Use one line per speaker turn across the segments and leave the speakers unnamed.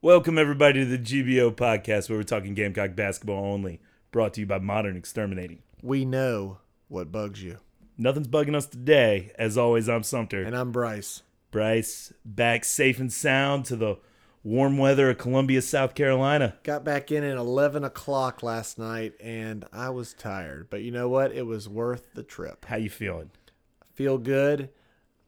Welcome, everybody, to the GBO podcast where we're talking Gamecock basketball only, brought to you by Modern Exterminating.
We know what bugs you.
Nothing's bugging us today. As always, I'm Sumter.
And I'm Bryce.
Bryce back safe and sound to the warm weather of Columbia, South Carolina.
Got back in at 11 o'clock last night and I was tired. But you know what? It was worth the trip.
How you feeling?
Feel good.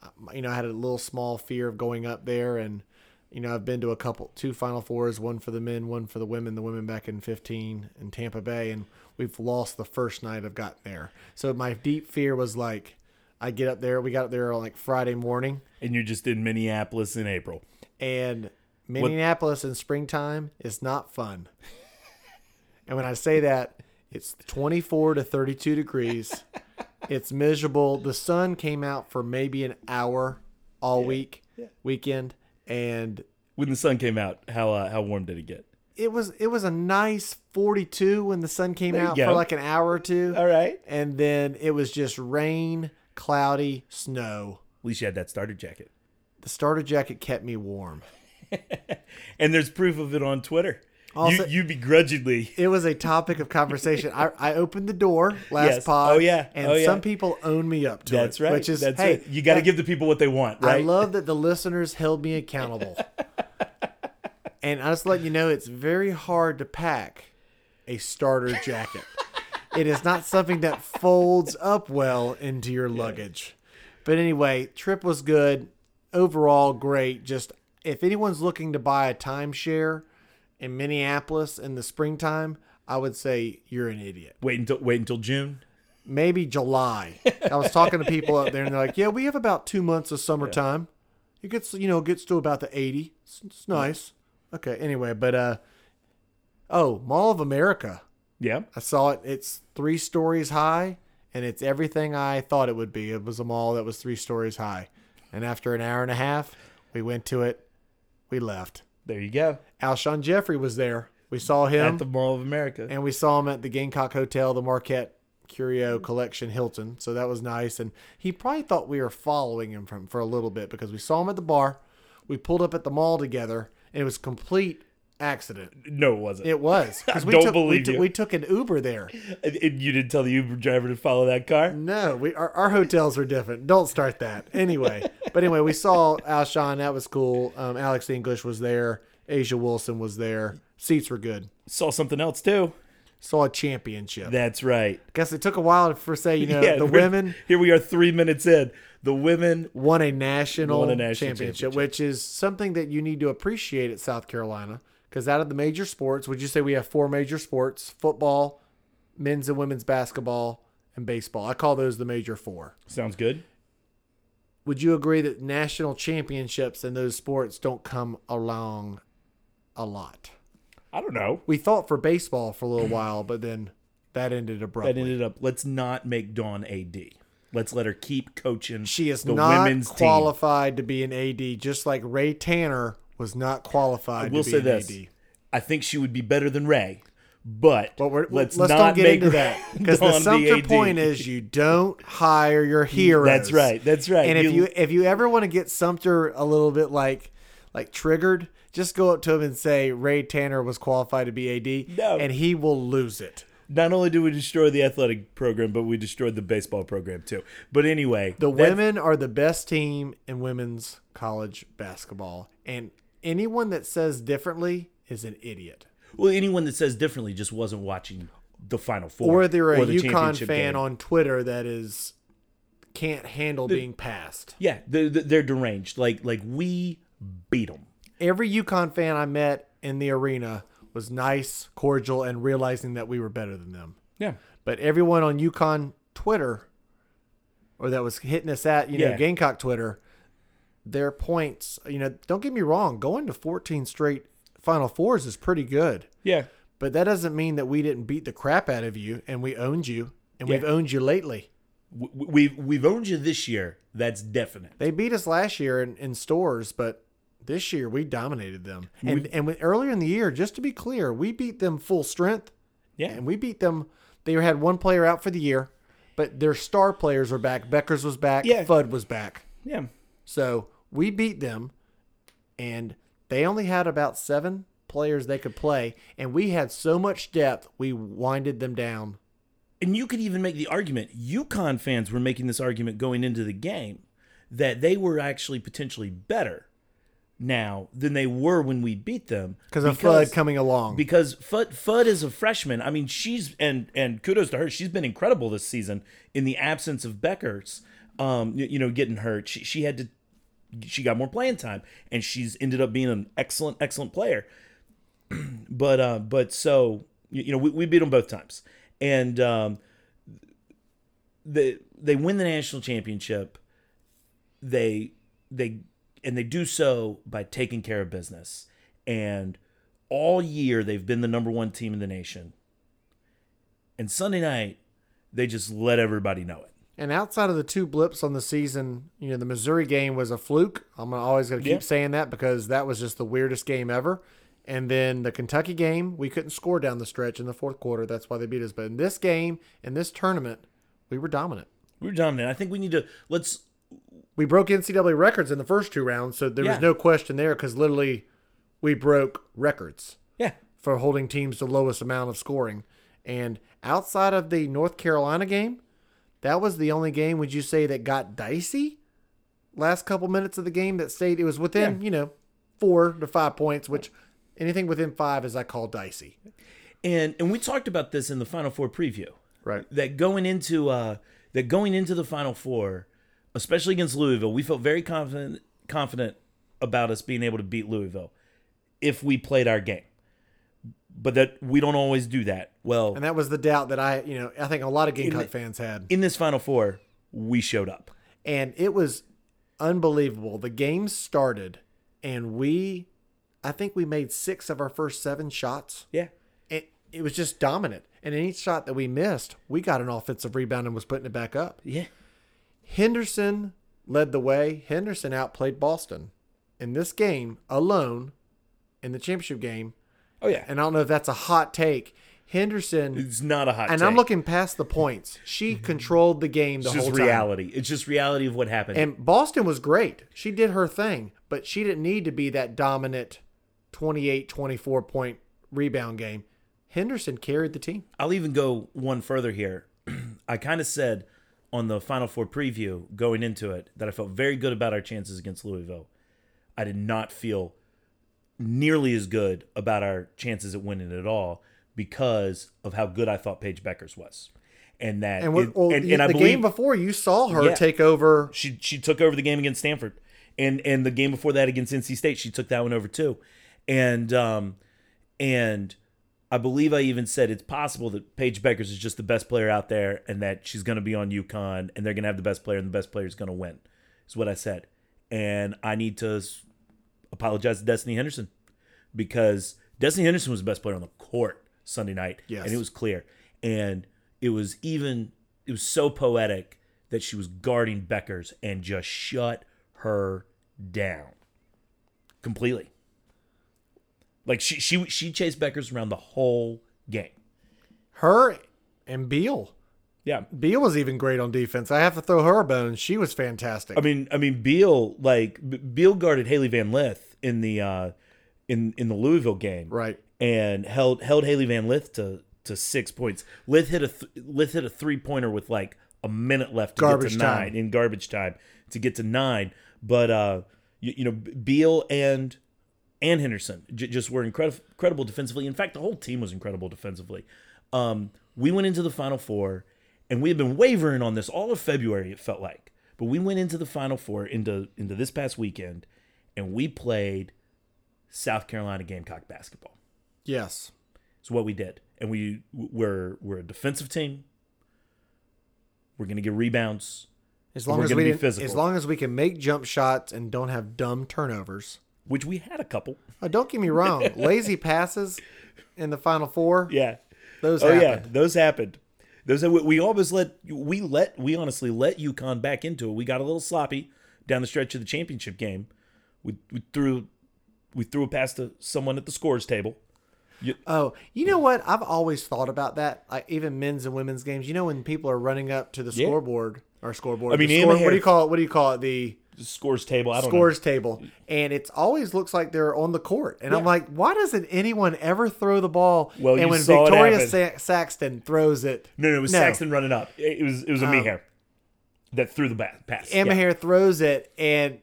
Um, You know, I had a little small fear of going up there. And, you know, I've been to a couple, two Final Fours, one for the men, one for the women. The women back in 15 in Tampa Bay. And we've lost the first night I've gotten there. So my deep fear was like, I get up there. We got up there on like Friday morning.
And you're just in Minneapolis in April.
and Minneapolis in springtime is not fun. and when I say that, it's 24 to 32 degrees. it's miserable. The sun came out for maybe an hour all week weekend and
When the sun came out, how uh, how warm did it get?
it was it was a nice 42 when the sun came
you
out
go.
for like an hour or two.
right. At
And then it was just rain, cloudy, snow.
least you had that starter jacket.
The starter jacket kept me warm.
And there's proof of it on Twitter.
Also-
you, you begrudgingly.
it was a topic of conversation. I, I opened the door last
Yes.
pod.
Oh, yeah.
and
Oh, yeah.
some people own me up to it.
That's right.
Which is
That's
hey,
it. You got to
that-
give the people what they want,
I
right?
love that the listeners held me accountable. and I just let you know it's very hard to pack a starter jacket. it is not something that folds up well into your luggage. But anyway, trip was good. Overall, great. Just if anyone's looking to buy a timeshare in Minneapolis in the springtime, I would say you're an idiot
wait until wait until June.
maybe July. I was talking to people up there, and they're like, "Yeah, we have about two months of summertime. It gets you know it gets to about the eighty. It's, it's nice. Okay, anyway, but uh, oh, Mall of America.
Yeah.
I saw it. It's three stories high, and it's everything I thought it would be. It was a mall that was three stories high, and after an hour and a half, we went to it. We left.
There you go.
Alshon Jeffrey was there. We saw him
At the Mall of America.
Um, and we saw him at the Gamecock Hotel, the Marquette Curio Collection Hilton. So that was nice. And he probably thought we were following him from for a little bit because we saw him at the bar. We pulled up at the mall together, and it was complete accident.
no, it wasn't.
It was because we
Don't
took we,
believe
took
you.
we took an Uber there.
And- and you didn't tell the Uber driver to follow that car?
No, we our, our hotels were different. Don't start that. Anyway, but anyway, we saw Alshon. That was cool. Um, Alex English was there. Asia Wilson was there. Seats were good.
Saw something else too.
Saw a championship.
That's right.
Guess it took a while for say you know the
we're-
women
Here we are, three minutes in. The women.
won a national,
Won a national
championship,
championship.
which is something that you need to appreciate at South Carolina. Because out of the major sports, would you say we have four major sports: football, men's and women's basketball, and baseball? I call those the major four.
Sounds good.
Would you agree that national championships in those sports don't come along a lot?
I don't know.
We thought for baseball for a little while, but then that ended abruptly.
That ended up. Let's not make Dawn AD. Let's let her keep coaching.
She is
the
not
women's team.
qualified to be an AD, just like Ray Tanner was not qualified
We'll
to be
say
an
this:
AD.
I think she would be better than Ray, but,
But we're,
let's,
let's,
not
don't get
make
into that because
Dawn
the Sumter
AD.
point is you don't hire your heroes.
That's right. That's right.
And if
You-
you if you ever want to get Sumter a little bit like like triggered, just go up to him and say Ray Tanner was qualified to be AD,
No.
and he will lose it.
not only do we destroy the athletic program, but we destroyed the baseball program too. But anyway,
The
that's-
women are the best team in women's college basketball, and anyone that says differently is an idiot.
Well, anyone that says differently just wasn't watching the Final Four
or they're a
the
UConn
championship
fan
game.
on Twitter that is can't handle being passed.
Yeah, they're, they're deranged. Like like we beat them.
Every UConn fan I met in the arena was nice, cordial, and realizing that we were better than them.
Yeah,
But everyone on UConn Twitter, or that was hitting us at you
Yeah.
know Gamecock Twitter, their points. You know, don't get me wrong, going to 14 straight Final Fours is pretty good.
yeah.
But that doesn't mean that we didn't beat the crap out of you and we owned you and we've
Yeah.
owned you lately.
We, we've we've owned you this year. That's definite.
They beat us last year in, in stores, but this year we dominated them. And and when, earlier in the year, just to be clear, we beat them full strength.
Yeah.
And we beat them. They had one player out for the year, but their star players were back. Beckers was back.
Yeah.
Fudd was back.
Yeah,
So we beat them, and They only had about seven players they could play, and we had so much depth, we winded them down.
And you could even make the argument, UConn fans were making this argument going into the game that they were actually potentially better now than they were when we beat them
Because of Flood coming along.
because Fudd, Fudd is a freshman. I mean, she's and and kudos to her. She's been incredible this season in the absence of Becker's. Um, you, you know, getting hurt, she, she had to. She got more playing time, and she's ended up being an excellent, excellent player. but uh, but so you, you know, we, we beat them both times, and um, they they win the national championship. They they and they do so by taking care of business. And all year they've been the number one team in the nation. And Sunday night, they just let everybody know it.
And outside of the two blips on the season, you know, the Missouri game was a fluke. I'm gonna- always going to keep
Yeah.
saying that because that was just the weirdest game ever. And then the Kentucky game, we couldn't score down the stretch in the fourth quarter. That's why they beat us. But in this game, in this tournament, we were dominant.
We were dominant. I think we need to let's
We broke NCAA records in the first two rounds, so there
Yeah.
was no question there because literally we broke records.
yeah.
for holding teams the lowest amount of scoring. And outside of the North Carolina game, that was the only game, would you say, that got dicey? Last couple minutes of the game that stayed, it was within, you know, four to five points, which anything within five is I call dicey.
And and we talked about this in the Final Four preview.
Right.
That going into uh that going into the Final Four, especially against Louisville, we felt very confident confident about us being able to beat Louisville if we played our game. But that we don't always do that. Well,
And that was the doubt that I, you know, I think a lot of Gamecock fans had.
in this Final Four, we showed up.
and it was unbelievable. The game started, and we, I think we made six of our first seven shots.
Yeah.
it, it was just dominant. And in each shot that we missed, we got an offensive rebound and was putting it back up.
Yeah.
Henderson led the way. Henderson outplayed Boston in this game alone in the championship game.
Oh yeah.
And I don't know if that's a hot take. Henderson,
It's not a hot
and
take. Mm-hmm.
I'm looking past the points. She controlled the game the
It's
whole
just
time.
reality. It's just reality of what happened.
And Boston was great. She did her thing, but she didn't need to be that dominant 28 24 point rebound game. Henderson carried the team.
I'll even go one further here. I kind of said on the Final Four preview going into it that I felt very good about our chances against Louisville. I did not feel nearly as good about our chances at winning at all because of how good I thought Paige Beckers was. And that
And, what, well,
and,
the,
and I
the
believe
game before, you saw her
Yeah.
take over.
she she took over the game against Stanford, and and the game before that against NC State, she took that one over too, and um, and I believe I even said it's possible that Paige Beckers is just the best player out there, and that she's going to be on UConn, and they're going to have the best player, and the best player is going to win, is what I said, and I need to s- apologize to Destiny Henderson because Destiny Henderson was the best player on the court Sunday night,
Yes.
and it was clear, and it was even it was so poetic that she was guarding Beckers and just shut her down completely. Like she she she chased Beckers around the whole game.
Her and Beal.
Yeah.
Beal was even great on defense. I have to throw her a bone. She was fantastic.
I mean I mean Beal like B- Beal guarded Haley Van Lith in the uh in in the Louisville game.
right.
and held held Haley Van Lith to to six points. Lith hit a th- Lith hit a three pointer with like a minute left to
Garbage
get to
time.
nine in garbage time to get to nine. But uh, you, you know Beal and and Henderson j- just were incredible incredible defensively. In fact, the whole team was incredible defensively. Um, we went into the Final Four, and we had been wavering on this all of February. It felt like, but we went into the Final Four into into this past weekend, and we played South Carolina Gamecock basketball.
Yes.
It's what we did, and we we're we're a defensive team. We're gonna get rebounds.
As
And
long
we're
as
gonna
we
be
didn't-
physical.
as long as we can make jump shots and don't have dumb turnovers.
Which we had a couple.
Oh, don't get me wrong. Lazy passes in the final four.
Yeah.
Those
Oh
happened.
yeah, those happened. Those we- we almost let we let we honestly let UConn back into it. We got a little sloppy down the stretch of the championship game. We, we threw we threw a pass to someone at the scores table.
Oh, you know what? I've always thought about that. Like even men's and women's games. You know when people are running up to the scoreboard or scoreboard.
I mean,
the
Emma
score, what do
Hare-
you call it? What do you call it? The
scores table. I don't
scores table, and it's always looks like they're on the court. And I'm
Yeah.
like, why doesn't anyone ever throw the ball?
Well,
and
you
when
saw it
Victoria
happen.
Sa- Saxton throws it,
know. No, no, it was Saxton running up. It it was it was a um, that threw the bat, pass. Yeah.
Emma Hare throws it, and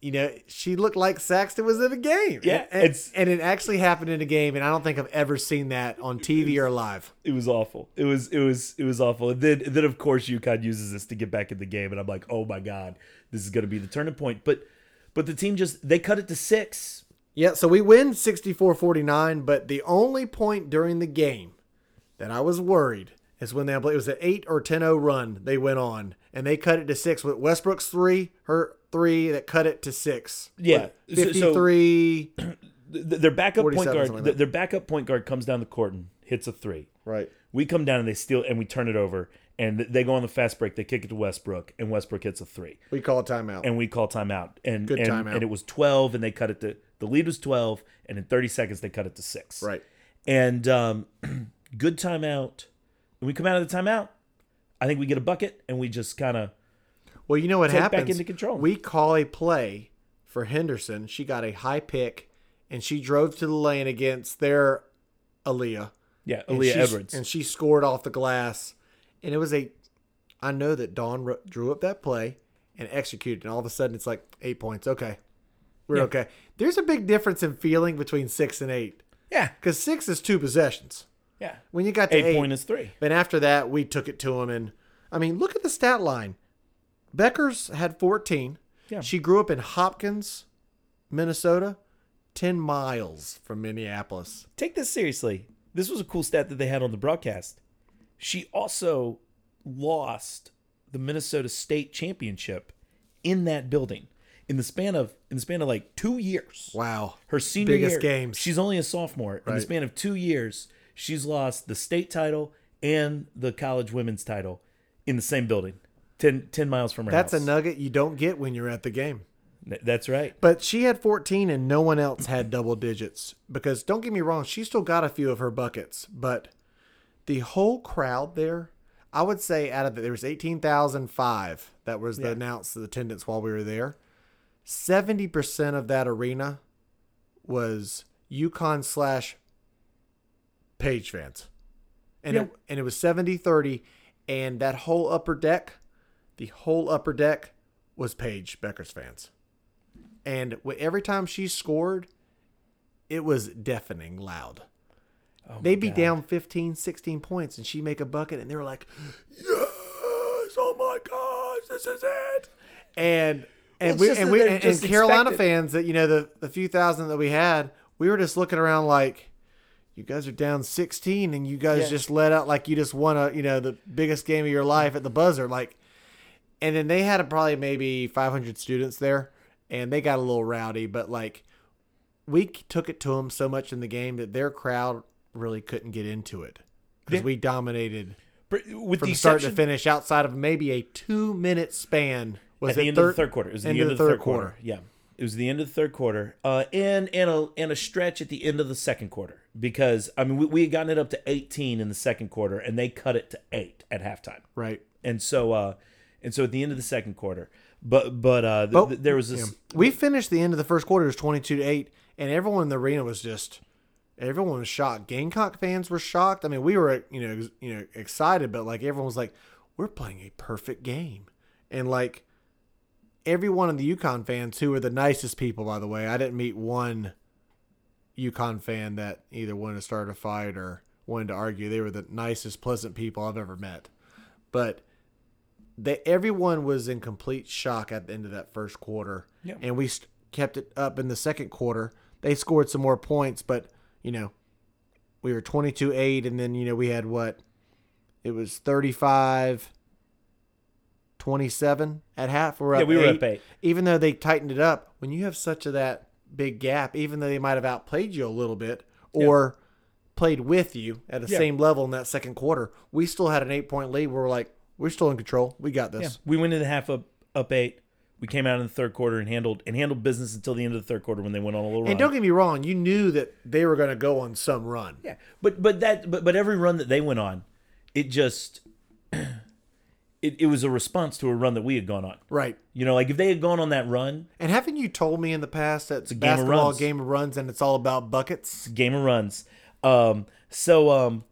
you know she looked like Saxton was in a game.
Yeah,
and, and,
it's-
and it actually happened in a game, and I don't think I've ever seen that on TV or live.
It was awful. It was it was it was awful. And then then of course UConn uses this to get back in the game, and I'm like, oh my god, this is going to be the turning point. But but the team just they cut it to six.
Yeah, so we win 64 49, but the only point during the game that I was worried is when they, it was an 8 or 10 0 run they went on, and they cut it to six with Westbrook's three, her three that cut it to six.
Yeah, so- so-
53.
Th- Their backup point
47,
guard,
something like
th- their backup point guard comes down the court and hits a three.
right.
We come down and they steal and we turn it over, and th- they go on the fast break. They kick it to Westbrook, and Westbrook hits a three.
We call a timeout.
and we call timeout. And
Good
and,
timeout.
and it was twelve, and they cut it to the lead was twelve, and in thirty seconds they cut it to six.
right.
And um, good timeout. When we come out of the timeout, I think we get a bucket, and we just kind of
Well, you know what
Take back
happens?
into control.
We call a play for Henderson. She got a high pick, and she drove to the lane against their Aaliyah.
yeah,
And
Aaliyah
she-
Edwards.
and she scored off the glass, and it was a. I know that Dawn r- drew up that play and executed, and all of a sudden it's like eight points. Okay, we're
Yeah.
okay. There's a big difference in feeling between six and eight
yeah,
because six is two possessions.
yeah.
When you got to
Eight,
eight,
point is three.
then after that we took it to him, and I mean look at the stat line. Becker's had 14.
Yeah.
She grew up in Hopkins, Minnesota, 10 miles from Minneapolis.
Take this seriously. This was a cool stat that they had on the broadcast. She also lost the Minnesota State Championship in that building in the span of in the span of like two years.
Wow.
her senior
Biggest
year,
games.
She's only a sophomore. In the
Right.
span of two years, she's lost the state title and the college women's title in the same building, 10, 10 miles from her
That's a
house.
nugget you don't get when you're at the game.
Th- That's right.
But she had 14 and no one else had double digits because don't get me wrong, she still got a few of her buckets, but the whole crowd there, I would say out of the, there was 18,005 that was the announced attendance while we were there. 70% of that arena was Yukon slash page fans. And
Yeah.
it and it was 70-30 and that whole upper deck, the whole upper deck was Paige Becker's fans. And wh- every time she scored, it was deafening loud.
Oh
They'd be down 15, 16 points, and she'd make a bucket, and they were like, Yes, oh my gosh, this is it. And and
it's
we
just
and
that
we
they're
and, and
just
Carolina
expected.
fans that you know the, the few thousand that we had, we were just looking around like you guys are down 16 and you guys
Yeah.
just let out like you just won a you know the biggest game of your life at the buzzer like and then they had a, probably maybe 500 students there and they got a little rowdy but like we k- took it to them so much in the game that their crowd really couldn't get into it because
Yeah.
we dominated
Pr- With
from
the
start to
exception-
finish outside of maybe a two minute span was
at the
it
end
thir-
of the third quarter. It was the end of the third, quarter. Yeah, it was the end of the third quarter, uh, and and a and a stretch at the end of the second quarter because I mean we, we had gotten it up to eighteen in the second quarter, and they cut it to eight at halftime.
right
And so uh, and so at the end of the second quarter, but but uh, th- th- there was this.
we finished the end of the first quarter it was 22 to 8 and everyone in the arena was just everyone was shocked gamecock fans were shocked i mean we were you know ex- you know excited but like everyone was like we're playing a perfect game and like everyone in the yukon fans who were the nicest people by the way i didn't meet one yukon fan that either wanted to start a fight or wanted to argue they were the nicest pleasant people i've ever met but that everyone was in complete shock at the end of that first quarter.
Yeah.
And we st- kept it up in the second quarter. They scored some more points, but, you know, we were 22 8, and then, you know, we had what? It was 35 27 at half. We're up
Yeah, we were
eight.
up eight.
Even though they tightened it up, when you have such a that big gap, even though they might have outplayed you a little bit or played with you at the
Yeah.
same level in that second quarter, we still had an eight point lead. We're like, we're still in control. We got this.
We went into the half up up eight. We came out in the third quarter and handled and handled business until the end of the third quarter when they went on a little run.
And don't get me wrong, you knew that they were going to go on some run.
yeah, but but that but but every run that they went on, it just it, it was a response to a run that we had gone on.
Right.
You know, like if they had gone on that run,
And haven't you told me in the past that it's a
game of
basketball
runs.
game of runs and it's all about buckets?
game of runs. Um, so um,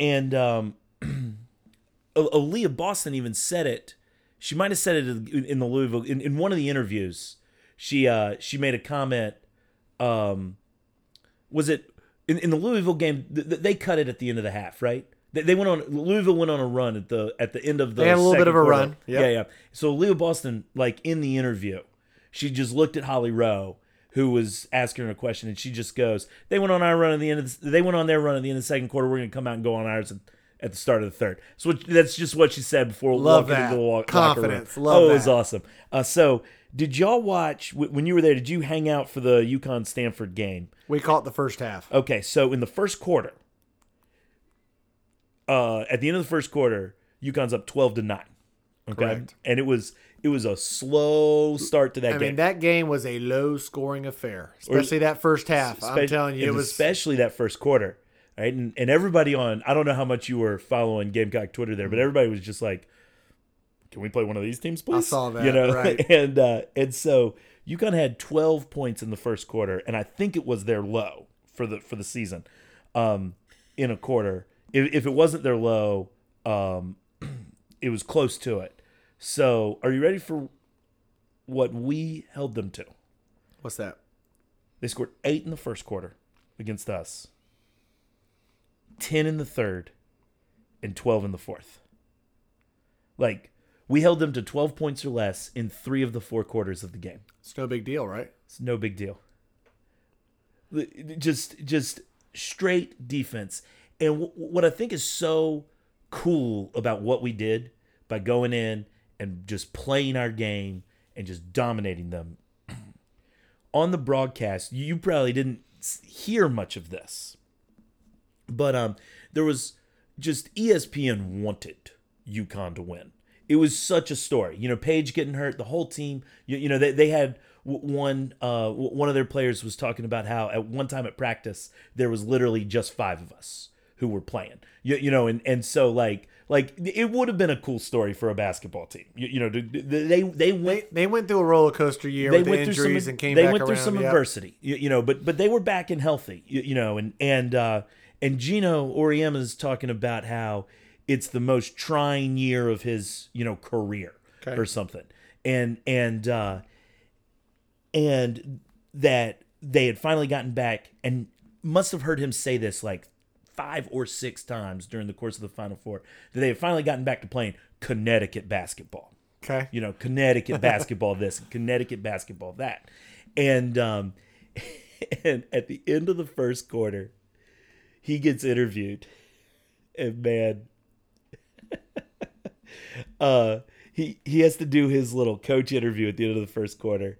and um, O- Aaliyah Boston even said it. She might have said it in in the Louisville in, in one of the interviews. She uh she made a comment. Um, was it in, in the Louisville game? Th- th- they cut it at the end of the half, right? They, they went on Louisville went on a run at the at the end of the
They had a little bit
second
of a
quarter.
run. Yep.
Yeah, yeah. So Aaliyah Boston, like in the interview, she just looked at Holly Rowe, who was asking her a question, and she just goes, "They went on our run at the end of the, they went on their run at the end of the second quarter. We're going to come out and go on ours at, at the start of the third. So it- that's just what she said before
Love
walking into
that.
the walk,
Confidence.
Locker room.
Love
oh, it was
that.
awesome. Uh, so did y'all watch wh- when you were there? Did you hang out for the Yukon Stanford game?
We caught the first half.
Okay, so in the first quarter, uh, at the end of the first quarter, UConn's up twelve to nine. Okay,
Correct.
and it was it was a slow start to that
I
game.
mean, that game was a low scoring affair, especially that first half. I'm
Spe-
telling you, it
and
was.
especially that first quarter, right? And, and everybody on I don't know how much you were following Gamecock Twitter
Mm-hmm.
there, but everybody was just like, "Can we play one of these teams, please?"
saw that,
you know,
right.
and uh, and so UConn had twelve points in the first quarter, and I think it was their low for the for the season, um, in a quarter. If, if it wasn't their low, um, it was close to it. So, are you ready for what we held them to?
What's that?
They scored eight in the first quarter against us, 10 in the third, and 12 in the fourth. Like, we held them to 12 points or less in three of the four quarters of the game.
It's no big deal, right?
It's no big deal. The- Just, just straight defense. And wh- what I think is so cool about what we did by going in and just playing our game and just dominating them on the broadcast, you probably didn't s- hear much of this, but um, there was just E ESPN wanted UConn to win. It was such a story. You know, Paige getting hurt, the whole team. You, you know, they, they had w- one uh, w- one of their players was talking about how at one time at practice there was literally just five of us who were playing. You, you know, and and so like like it would have been a cool story for a basketball team. You, you know, to- they they went
They, they went through a roller coaster year with the injuries
some,
and came
they
back
went through
around,
some
yep.
adversity you, you know but but they were back and healthy you, you know and and uh and Gino Oriema is talking about how it's the most trying year of his you know career
Okay.
or something and and uh and that they had finally gotten back and must have heard him say this like five or six times during the course of the final four that they had finally gotten back to playing Connecticut basketball
Okay.
you know Connecticut basketball this Connecticut basketball that and um and at the end of the first quarter he gets interviewed and man uh he he has to do his little coach interview at the end of the first quarter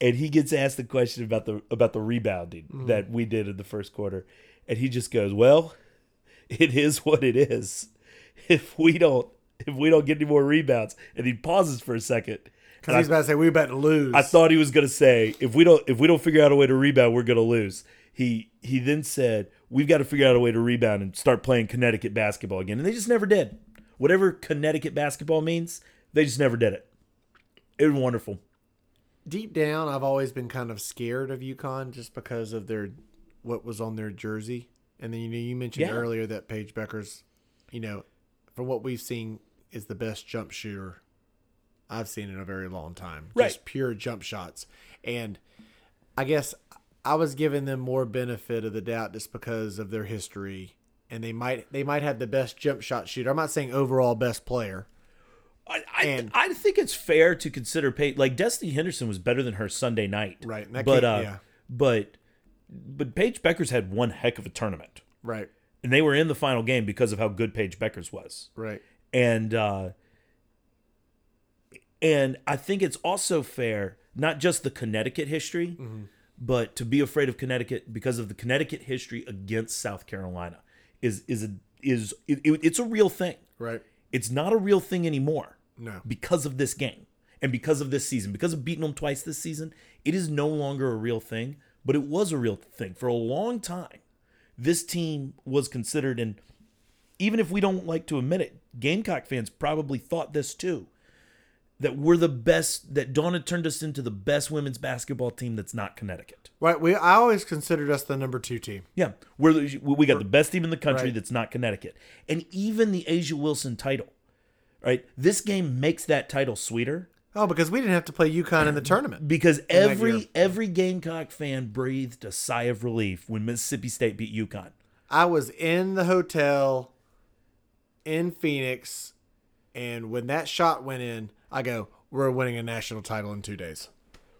and he gets asked the question about the about the rebounding that we did in the first quarter and he just goes well it is what it is if we don't if we don't get any more rebounds and he pauses for a second
Because he's about to say, we about to lose.
I thought he was gonna say if we don't if we don't figure out a way to rebound, we're gonna lose. He he then said we've got to figure out a way to rebound and start playing Connecticut basketball again, and they just never did. Whatever Connecticut basketball means, they just never did it. It was wonderful.
Deep down, I've always been kind of scared of UConn just because of their what was on their jersey. And then you know you mentioned
Yeah.
earlier that Paige Becker's, you know, from what we've seen, is the best jump shooter I've seen in a very long time.
Right.
Just pure jump shots. And I guess I was giving them more benefit of the doubt just because of their history. And they might they might have the best jump shot shooter. I'm not saying overall best player.
I I,
And-
I think it's fair to consider Peyton like Destiny Henderson was better than her Sunday night,
Right, and that
but
came-
uh,
yeah.
but but Paige Beckers had one heck of a tournament,
Right.
and they were in the final game because of how good Paige Beckers was.
Right.
and uh, and I think it's also fair not just the Connecticut history, but to be afraid of Connecticut because of the Connecticut history against South Carolina is is a is it, it- it's a real thing.
Right.
It's not a real thing anymore
No.
because of this game and because of this season, because of beating them twice this season, it is no longer a real thing, but it was a real thing for a long time. This team was considered, and even if we don't like to admit it, Gamecock fans probably thought this too. That we're the best, that Donna turned us into the best women's basketball team that's not Connecticut.
Right. We I always considered us the number two team.
Yeah, we're the, we we got the best team in the country
Right.
that's not Connecticut, and even the Asia Wilson title, right? This game makes that title sweeter
Oh, because we didn't have to play UConn in the tournament.
because
that
every
year.
every Gamecock fan breathed a sigh of relief when Mississippi State beat UConn.
I was in the hotel in Phoenix, and when that shot went in, I go, "We're winning a national title in two days."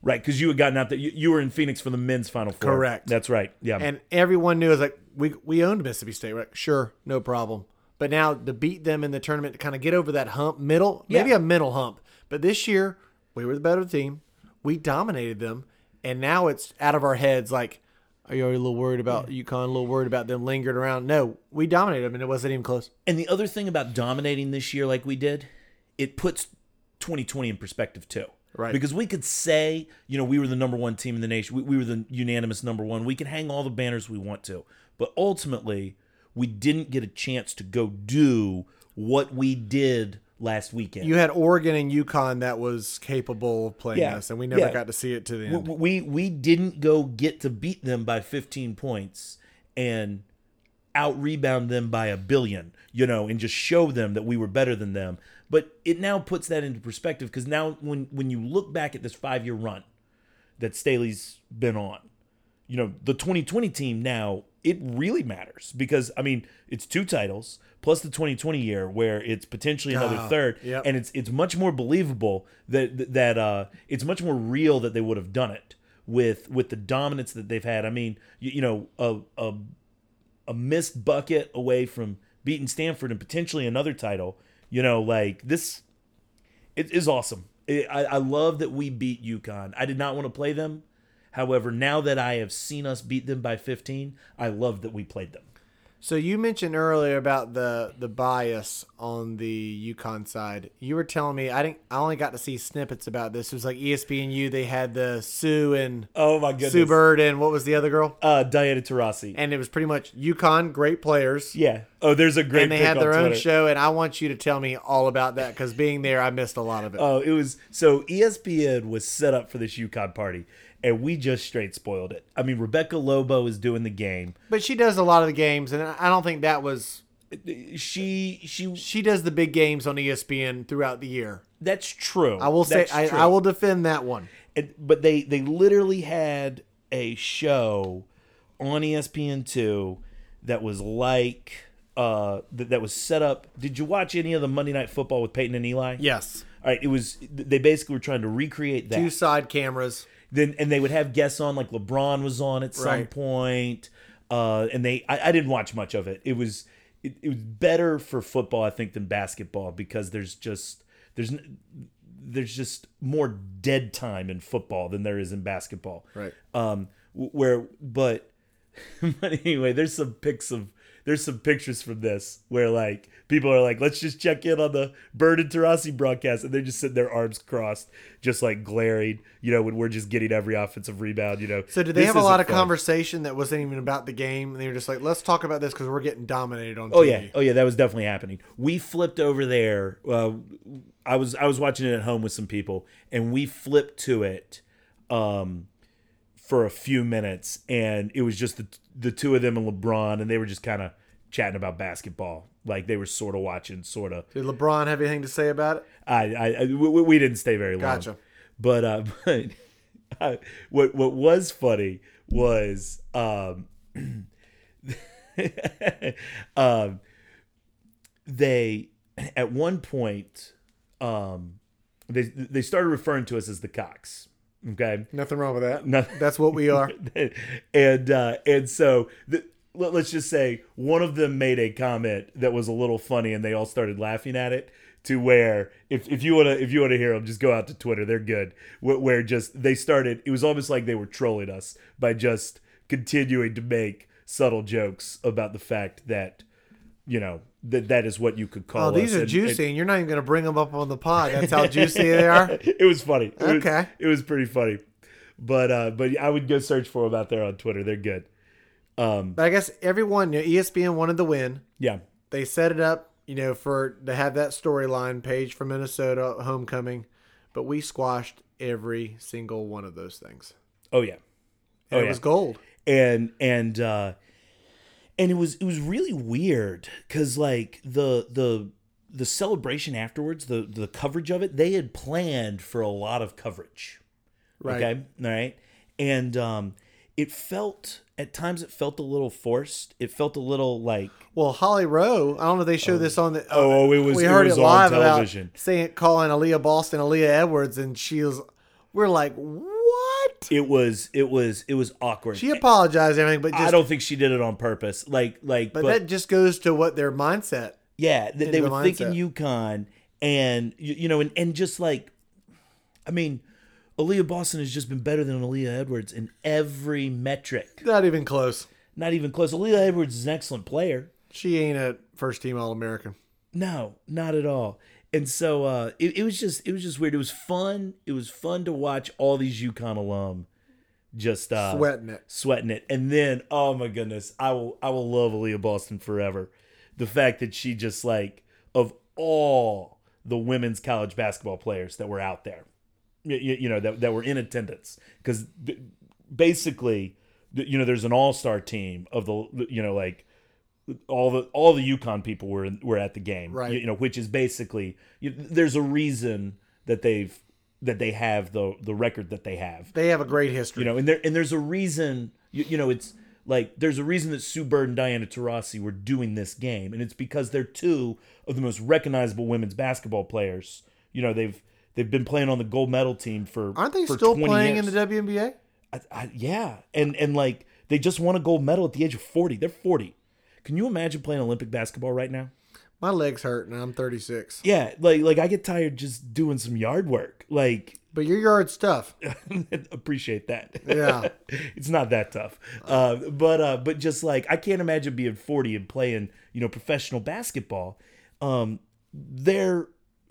Right, because you had gotten out there. You, you were in Phoenix for the men's Final Four.
Correct.
That's right. Yeah.
And everyone knew it was like, "We we owned Mississippi State, right? Sure, no problem." But now to beat them in the tournament to kind of get over that hump, middle, maybe
Yeah.
a mental hump. But this year, we were the better team. We dominated them, and now it's out of our heads. Like, are you a little worried about UConn? A little worried about them lingering around? No, we dominated them, and it wasn't even close.
And the other thing about dominating this year like we did, it puts 2020 in perspective too.
Right.
Because we could say, you know, we were the number one team in the nation. We, we were the unanimous number one. We can hang all the banners we want to. But ultimately, we didn't get a chance to go do what we did last weekend.
You had Oregon and UConn that was capable of playing
Yeah.
us, and we never
Yeah.
got to see it to the
we,
end.
we we didn't go get to beat them by 15 points and out rebound them by a billion you know and just show them that we were better than them but it now puts that into perspective because now when when you look back at this five year run that staley's been on you know the 2020 team now it really matters because i mean it's two titles plus the 2020 year where it's potentially another
Ah,
third
yep.
and it's it's much more believable that that uh it's much more real that they would have done it with with the dominance that they've had i mean you, you know a, a a missed bucket away from beating stanford and potentially another title you know like this it is awesome. It, I, I love that we beat UConn. I did not want to play them. However, now that I have seen us beat them by 15, I love that we played them.
So you mentioned earlier about the the bias on the UConn side. You were telling me I didn't. I only got to see snippets about this. It was like E ESPNU. They had the Sue and
Oh my goodness.
Sue Bird and what was the other girl?
Uh, Diana Taurasi.
And it was pretty much UConn great players.
Yeah. Oh, there's a great.
And they
pic
had
on
their own
Twitter.
show, and I want you to tell me all about that because being there, I missed a lot of it.
Oh, it was so ESPN was set up for this UConn party, and we just straight spoiled it. I mean, Rebecca Lobo is doing the game.
but she does a lot of the games, and I don't think that was.
She she.
She does the big games on E ESPN throughout the year.
That's true.
I will say
That's
I,
true.
I will defend that one.
And- but they they literally had a show on E ESPN2 that was like uh that, that was set up. Did you watch any of the Monday Night Football with Peyton and Eli?
Yes.
All right, it was they basically were trying to recreate that.
Two side cameras.
then and they would have guests on like LeBron was on at some
Right.
point. Uh and they I, I didn't watch much of it. It was it, it was better for football I think than basketball because there's just there's n- there's just more dead time in football than there is in basketball.
Right.
Um w- where but but anyway, there's some pics of there's some pictures from this where like people are like, let's just check in on the Bird and Tarasi broadcast, and they're just sitting their arms crossed, just like glaring, you know, when we're just getting every offensive rebound, you know.
So did they
This
have a
isn't
lot of
fun.
conversation that wasn't even about the game? And they were just like, let's talk about this because we're getting dominated on TV.
Oh yeah, oh yeah, that was definitely happening. We flipped over there. Uh, I was I was watching it at home with some people, and we flipped to it um, for a few minutes, and it was just the the two of them and LeBron, and they were just kind of chatting about basketball, like they were sort of watching, sort of.
Did LeBron have anything to say about it?
I, I, I we, we didn't stay very long.
Gotcha.
But uh, but uh, what what was funny was um, um they at one point um they they started referring to us as the Cox. Okay.
Nothing wrong with that.
No-
That's what we are.
and uh, and so the, let, us just say one of them made a comment that was a little funny, and they all started laughing at it. To where if, if you wanna if you wanna hear them, just go out to Twitter. They're good. Where, where just they started. It was almost like they were trolling us by just continuing to make subtle jokes about the fact that you know that that is what you could call.
Oh, these
us.
are
And-
juicy, and, you're not even going to bring them up on the pod. That's how juicy they are.
it was funny. It was-
Okay.
it was pretty funny. But uh, but I would go search for them out there on Twitter. They're good.
E But I guess everyone, you know, ESPN wanted the win.
Yeah.
they set it up, you know, for to have that storyline page for Minnesota homecoming, but we squashed every single one of those things.
Oh yeah. Oh,
And it
yeah.
was gold.
and and uh and it was it was really weird because like the the the celebration afterwards the the coverage of it they had planned for a lot of coverage
Right.
okay all right and um it felt at times it felt a little forced it felt a little like
Well, Holly Rowe, I don't know if they show this on the.
Oh, it was-
We
it
heard it,
was on
live
television.
about saying calling Aaliyah Boston, Aaliyah Edwards, and she was. We're like, what?
it was it was it was awkward
She apologized and everything, but
i
just
don't think she did it on purpose like like
but, that just goes to what their mindset.
Yeah, th- they
the
were thinking
mindset.
UConn, and you, you know, and, and just like, I mean, Aaliyah Boston has just been better than Aaliyah Edwards in every metric.
Not even close.
Not even close. Aaliyah Edwards is an excellent player.
She ain't a first team All American.
No, not at all. And so uh, it, it was just it was just weird. It was fun. It was fun to watch all these UConn alum just uh,
Sweating it.
sweating it. And then, oh my goodness, I will I will love Aaliyah Boston forever. The fact that she just like of all the women's college basketball players that were out there, you, you know that that were in attendance, because basically, th- you know, there's an all star team of the you know like all the all the UConn people were in, were at the game,
Right.
You, you know, which is basically you, there's a reason that they've that they have the the record that they have
They have a great history.
you know, and there and there's a reason. You, you know, it's like there's a reason that Sue Bird and Diana Taurasi were doing this game, and it's because they're two of the most recognizable women's basketball players. You know, they've they've been playing on the gold medal team for
Aren't they
for
still
20
playing
years.
in the WNBA?
I, I, yeah, and and like they just won a gold medal at the age of forty. They're forty. Can you imagine playing Olympic basketball right now?
My legs hurt and I'm 36.
Yeah, like like I get tired just doing some yard work. Like
But your yard's tough.
appreciate that.
Yeah.
it's not that tough. Uh, but uh, but just like I can't imagine being 40 and playing you know professional basketball. Um, there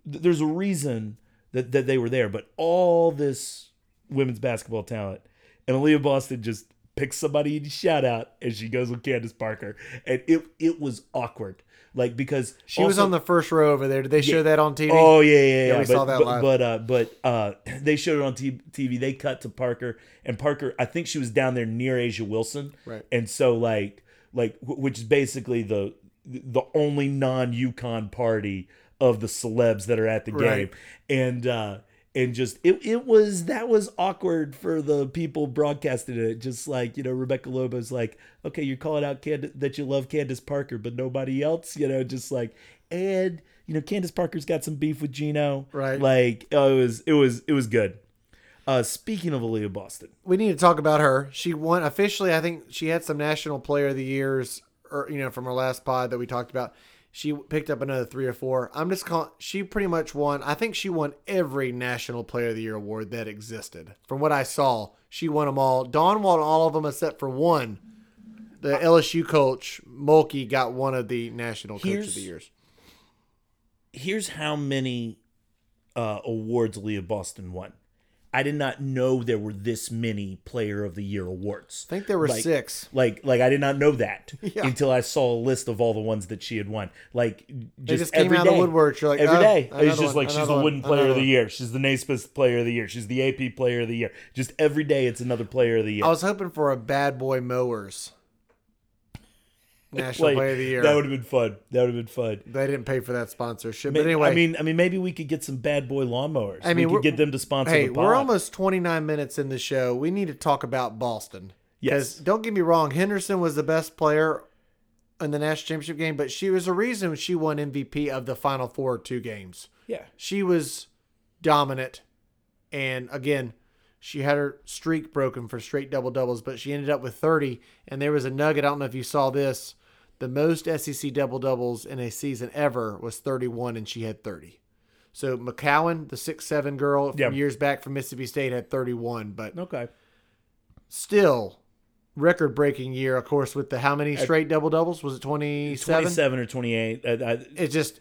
th- there's a reason that that they were there. But all this women's basketball talent and Aaliyah Boston just picks somebody to shout out, and she goes with Candace Parker, and it it was awkward. Like because
She was on the first row over there. Did they show that on TV?
Oh yeah, yeah, yeah.
we
but,
saw that
but,
live.
But uh, but uh, they showed it on T- TV. They cut to Parker, and Parker. I think she was down there near Asia Wilson.
Right.
And so like like wh- which is basically the the only non Yukon party of the celebs that are at the
Right.
game, and uh, and just it it was that was awkward for the people broadcasting it. Just like you know Rebecca Lobo's like, okay, you're calling out Cand- that you love Candace Parker, but nobody else, you know, just like and. You know, Candace Parker's got some beef with Gino.
Right.
Like, oh, it was, it was, it was good. Uh, speaking of Aaliyah Boston,
we need to talk about her. She won officially. I think she had some National Player of the Years, or you know, from her last pod that we talked about. She picked up another three or four. I'm just calling. She pretty much won. I think she won every National Player of the Year award that existed. From what I saw, she won them all. Dawn won all of them except for one. The LSU coach Mulkey got one of the National Coach of
Here's-
the Years.
here's how many uh, awards Aaliyah Boston won. I did not know there were this many Player of the Year awards.
I think there were
like-
six.
Like, like I did not know that
Yeah.
until I saw a list of all the ones that she had won. Like, just,
They just came out of the woodwork. You're like
Every
oh,
day,
another
it's just
one,
like she's
another
the
one,
Wooden Player
another
of the
one.
Year, she's the Naismith Player of the Year, she's the AP Player of the Year. Just every day, it's another Player of the Year.
I was hoping for a bad boy mowers national
Like,
player of the year.
That would have been fun. That would have been fun.
they didn't pay for that sponsorship.
Ma-
But anyway,
I mean, I mean, maybe we could get some bad boy lawnmowers.
I mean,
we could
we're-
get them to sponsor
hey,
the pod.
we're almost 29 minutes in the show. We need to talk about Boston. 'Cause
yes.
don't get me wrong, Henderson was the best player in the national championship game, but she was a reason she won MVP of the final four two games.
Yeah.
She was dominant, and again, she had her streak broken for straight double doubles, but she ended up with 30. And there was a nugget. I don't know if you saw this. The most SEC double doubles in a season ever was 31, and she had 30. So McCowan, the six seven girl from
Yeah.
years back from Mississippi State, had 31, but
Okay.
still record breaking year, of course, with the how many straight double doubles? Was it 27?
Twenty-seven or twenty-eight. Uh, uh,
It's just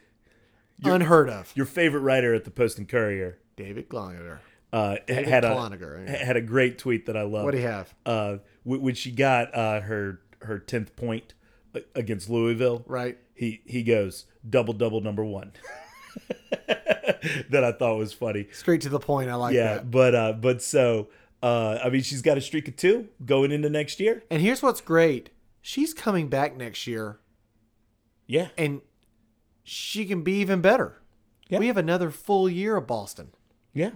unheard of.
your favorite writer at the Post and Courier
David Gloninger.
uh, had a
Kloniger, yeah.
had a great tweet that I love.
What do you have?
uh, wh- when she got uh, her her tenth point against Louisville.
Right.
He he goes double double number one. that I thought was funny.
Straight to the point. I like
Yeah,
that.
but uh, but so uh, I mean, she's got a streak of two going into next year.
And here's what's great. She's coming back next year
Yeah,
and she can be even better.
Yeah.
We have another full year of Boston.
yeah.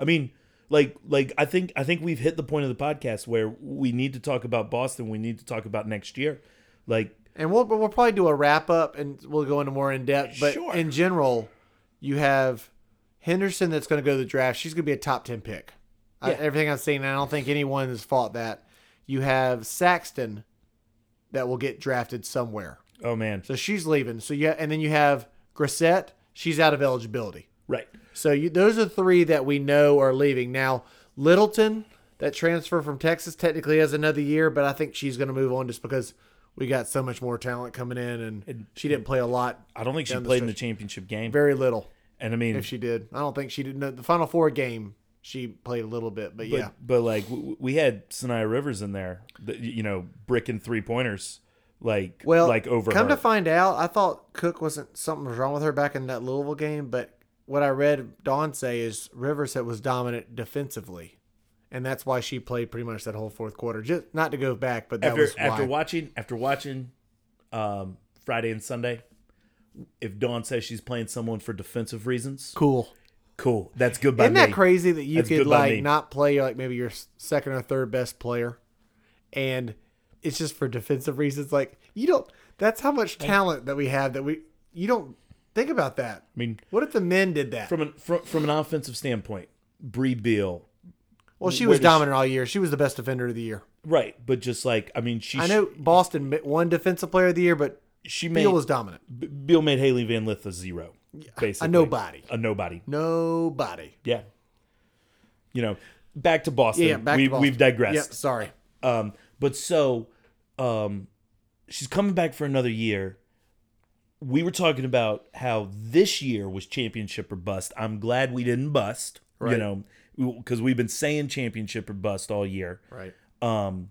I mean, like like I think I think we've hit the point of the podcast where we need to talk about Boston. We need to talk about next year. Like
And we'll we'll probably do a wrap up and we'll go into more in depth. But
Sure.
in general, you have Henderson that's going to go to the draft. She's going to be a top ten pick. I,
Yeah.
everything I've seen, I don't think anyone has fought that. You have Saxton that will get drafted somewhere,
oh man,
so she's leaving. So yeah, and then you have Grissett. She's out of eligibility.
right?
So you, those are the three that we know are leaving now. Littleton, that transfer from Texas, technically has another year, but I think she's going to move on just because we got so much more talent coming in, and, she didn't play a lot,
I don't think she
Down the
played in the championship game.
very little.
And I mean,
If she did, I don't think she did. No, the Final Four game, she played a little bit, but, yeah,
but like w- we had Sanaya Rivers in there, that, you know, bricking three pointers, like
well,
like over.
Come
her.
to find out, I thought Cook wasn't something was wrong with her back in that Louisville game, but what I read Dawn say is Rivers that was dominant defensively. And that's why she played pretty much that whole fourth quarter. Just not to go back, but that
after
was why.
after watching after watching um, Friday and Sunday, if Dawn says she's playing someone for defensive reasons,
Cool.
cool. That's good by
Isn't that
me.
crazy that you
That's
could
good by
like
me.
not play like maybe your s- second or third best player, and it's just for defensive reasons? Like you don't. That's how much talent that we have that we you don't think about that.
I mean,
What if the men did that?
from an from, from an offensive standpoint, Bree Beal,
well, she
where
was
does she-
dominant all year. She was the best defender of the year.
right? But just like I mean, she
I know Boston mi- won defensive player of the year, but
she made
Beal was dominant.
B- Beal made Haley Van Lith a zero, basically
nobody.
a nobody.
Nobody.
Yeah, you know, back to Boston.
Yeah, back
we,
to Boston.
We've digressed.
Yep, sorry.
Um, but so, um, she's coming back for another year. We were talking about how this year was championship or bust. I'm glad we didn't bust, you
Right.
know, because we've been saying championship or bust all year.
Right.
Um,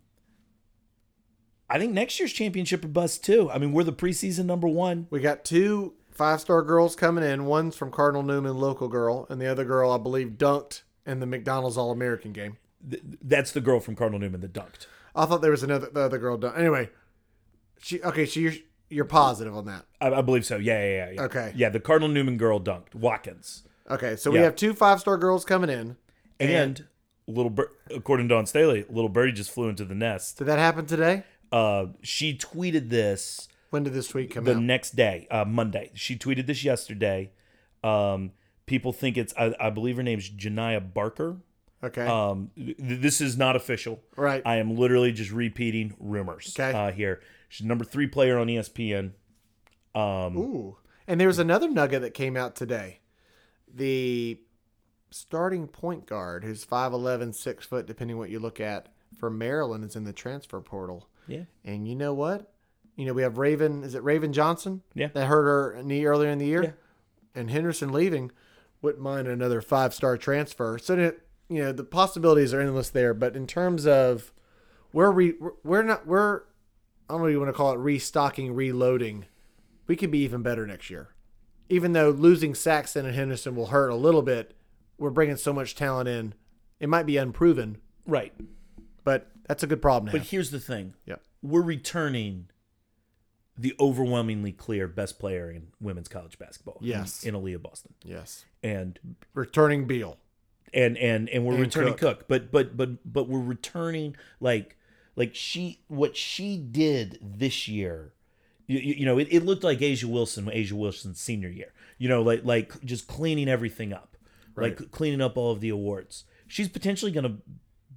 I think next year's championship or bust too. I mean, we're the preseason number one.
We got two five star girls coming in. One's from Cardinal Newman, local girl, and the other girl, I believe, dunked in the McDonald's All American game.
Th- That's the girl from Cardinal Newman that dunked.
I thought there was another the other girl dunked. Anyway, she okay. So you're you're positive on that.
I, I believe so. Yeah, yeah, yeah, yeah.
Okay.
Yeah, the Cardinal Newman girl dunked Watkins,
Okay, so we
Yeah.
have two five star girls coming in.
and, little Bir- according to Don Staley, little birdie just flew into the nest.
Did that happen today?
uh, she tweeted this
When did this tweet come
the
out?
next day, uh, Monday. She tweeted this yesterday. Um, people think it's, I, I believe her name's Janiyah Barker.
Okay,
Um, th- this is not official.
right.
I am literally just repeating rumors
Okay.
uh, here. She's number three player on E ESPN. Um,
Ooh, and there was another nugget that came out today. The starting point guard, who's 5'11", 6 foot, depending what you look at, for Maryland is in the transfer portal.
yeah.
And you know what? You know, we have Raven. Is it Raven Johnson?
Yeah.
That hurt her knee earlier in the year.
Yeah.
And Henderson leaving wouldn't mind another five star transfer. So, that- you know, the possibilities are endless there. But in terms of we're, re, we're not, we're, I don't know what you want to call it, restocking, reloading. We could be even better next year. Even though losing Saxon and Henderson will hurt a little bit, we're bringing so much talent in. It might be unproven,
Right.
but that's a good problem to
But
have.
here's the thing
Yeah.
we're returning the overwhelmingly clear best player in women's college basketball. in-
Yes.
In Aaliyah Boston.
Yes.
And
Returning Beal.
and and and we're
And
returning
Cook.
Cook. but but but but we're returning like like she what she did this year. You, you, you know, it, it looked like Asia Wilson, Asia Wilson's senior year. You know, like like just cleaning everything up, like cleaning up all of the awards. She's potentially going to